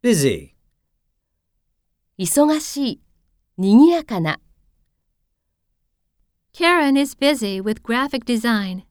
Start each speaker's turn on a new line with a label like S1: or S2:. S1: busy,
S2: 忙しい、賑やかな。
S3: Karen is busy with graphic design.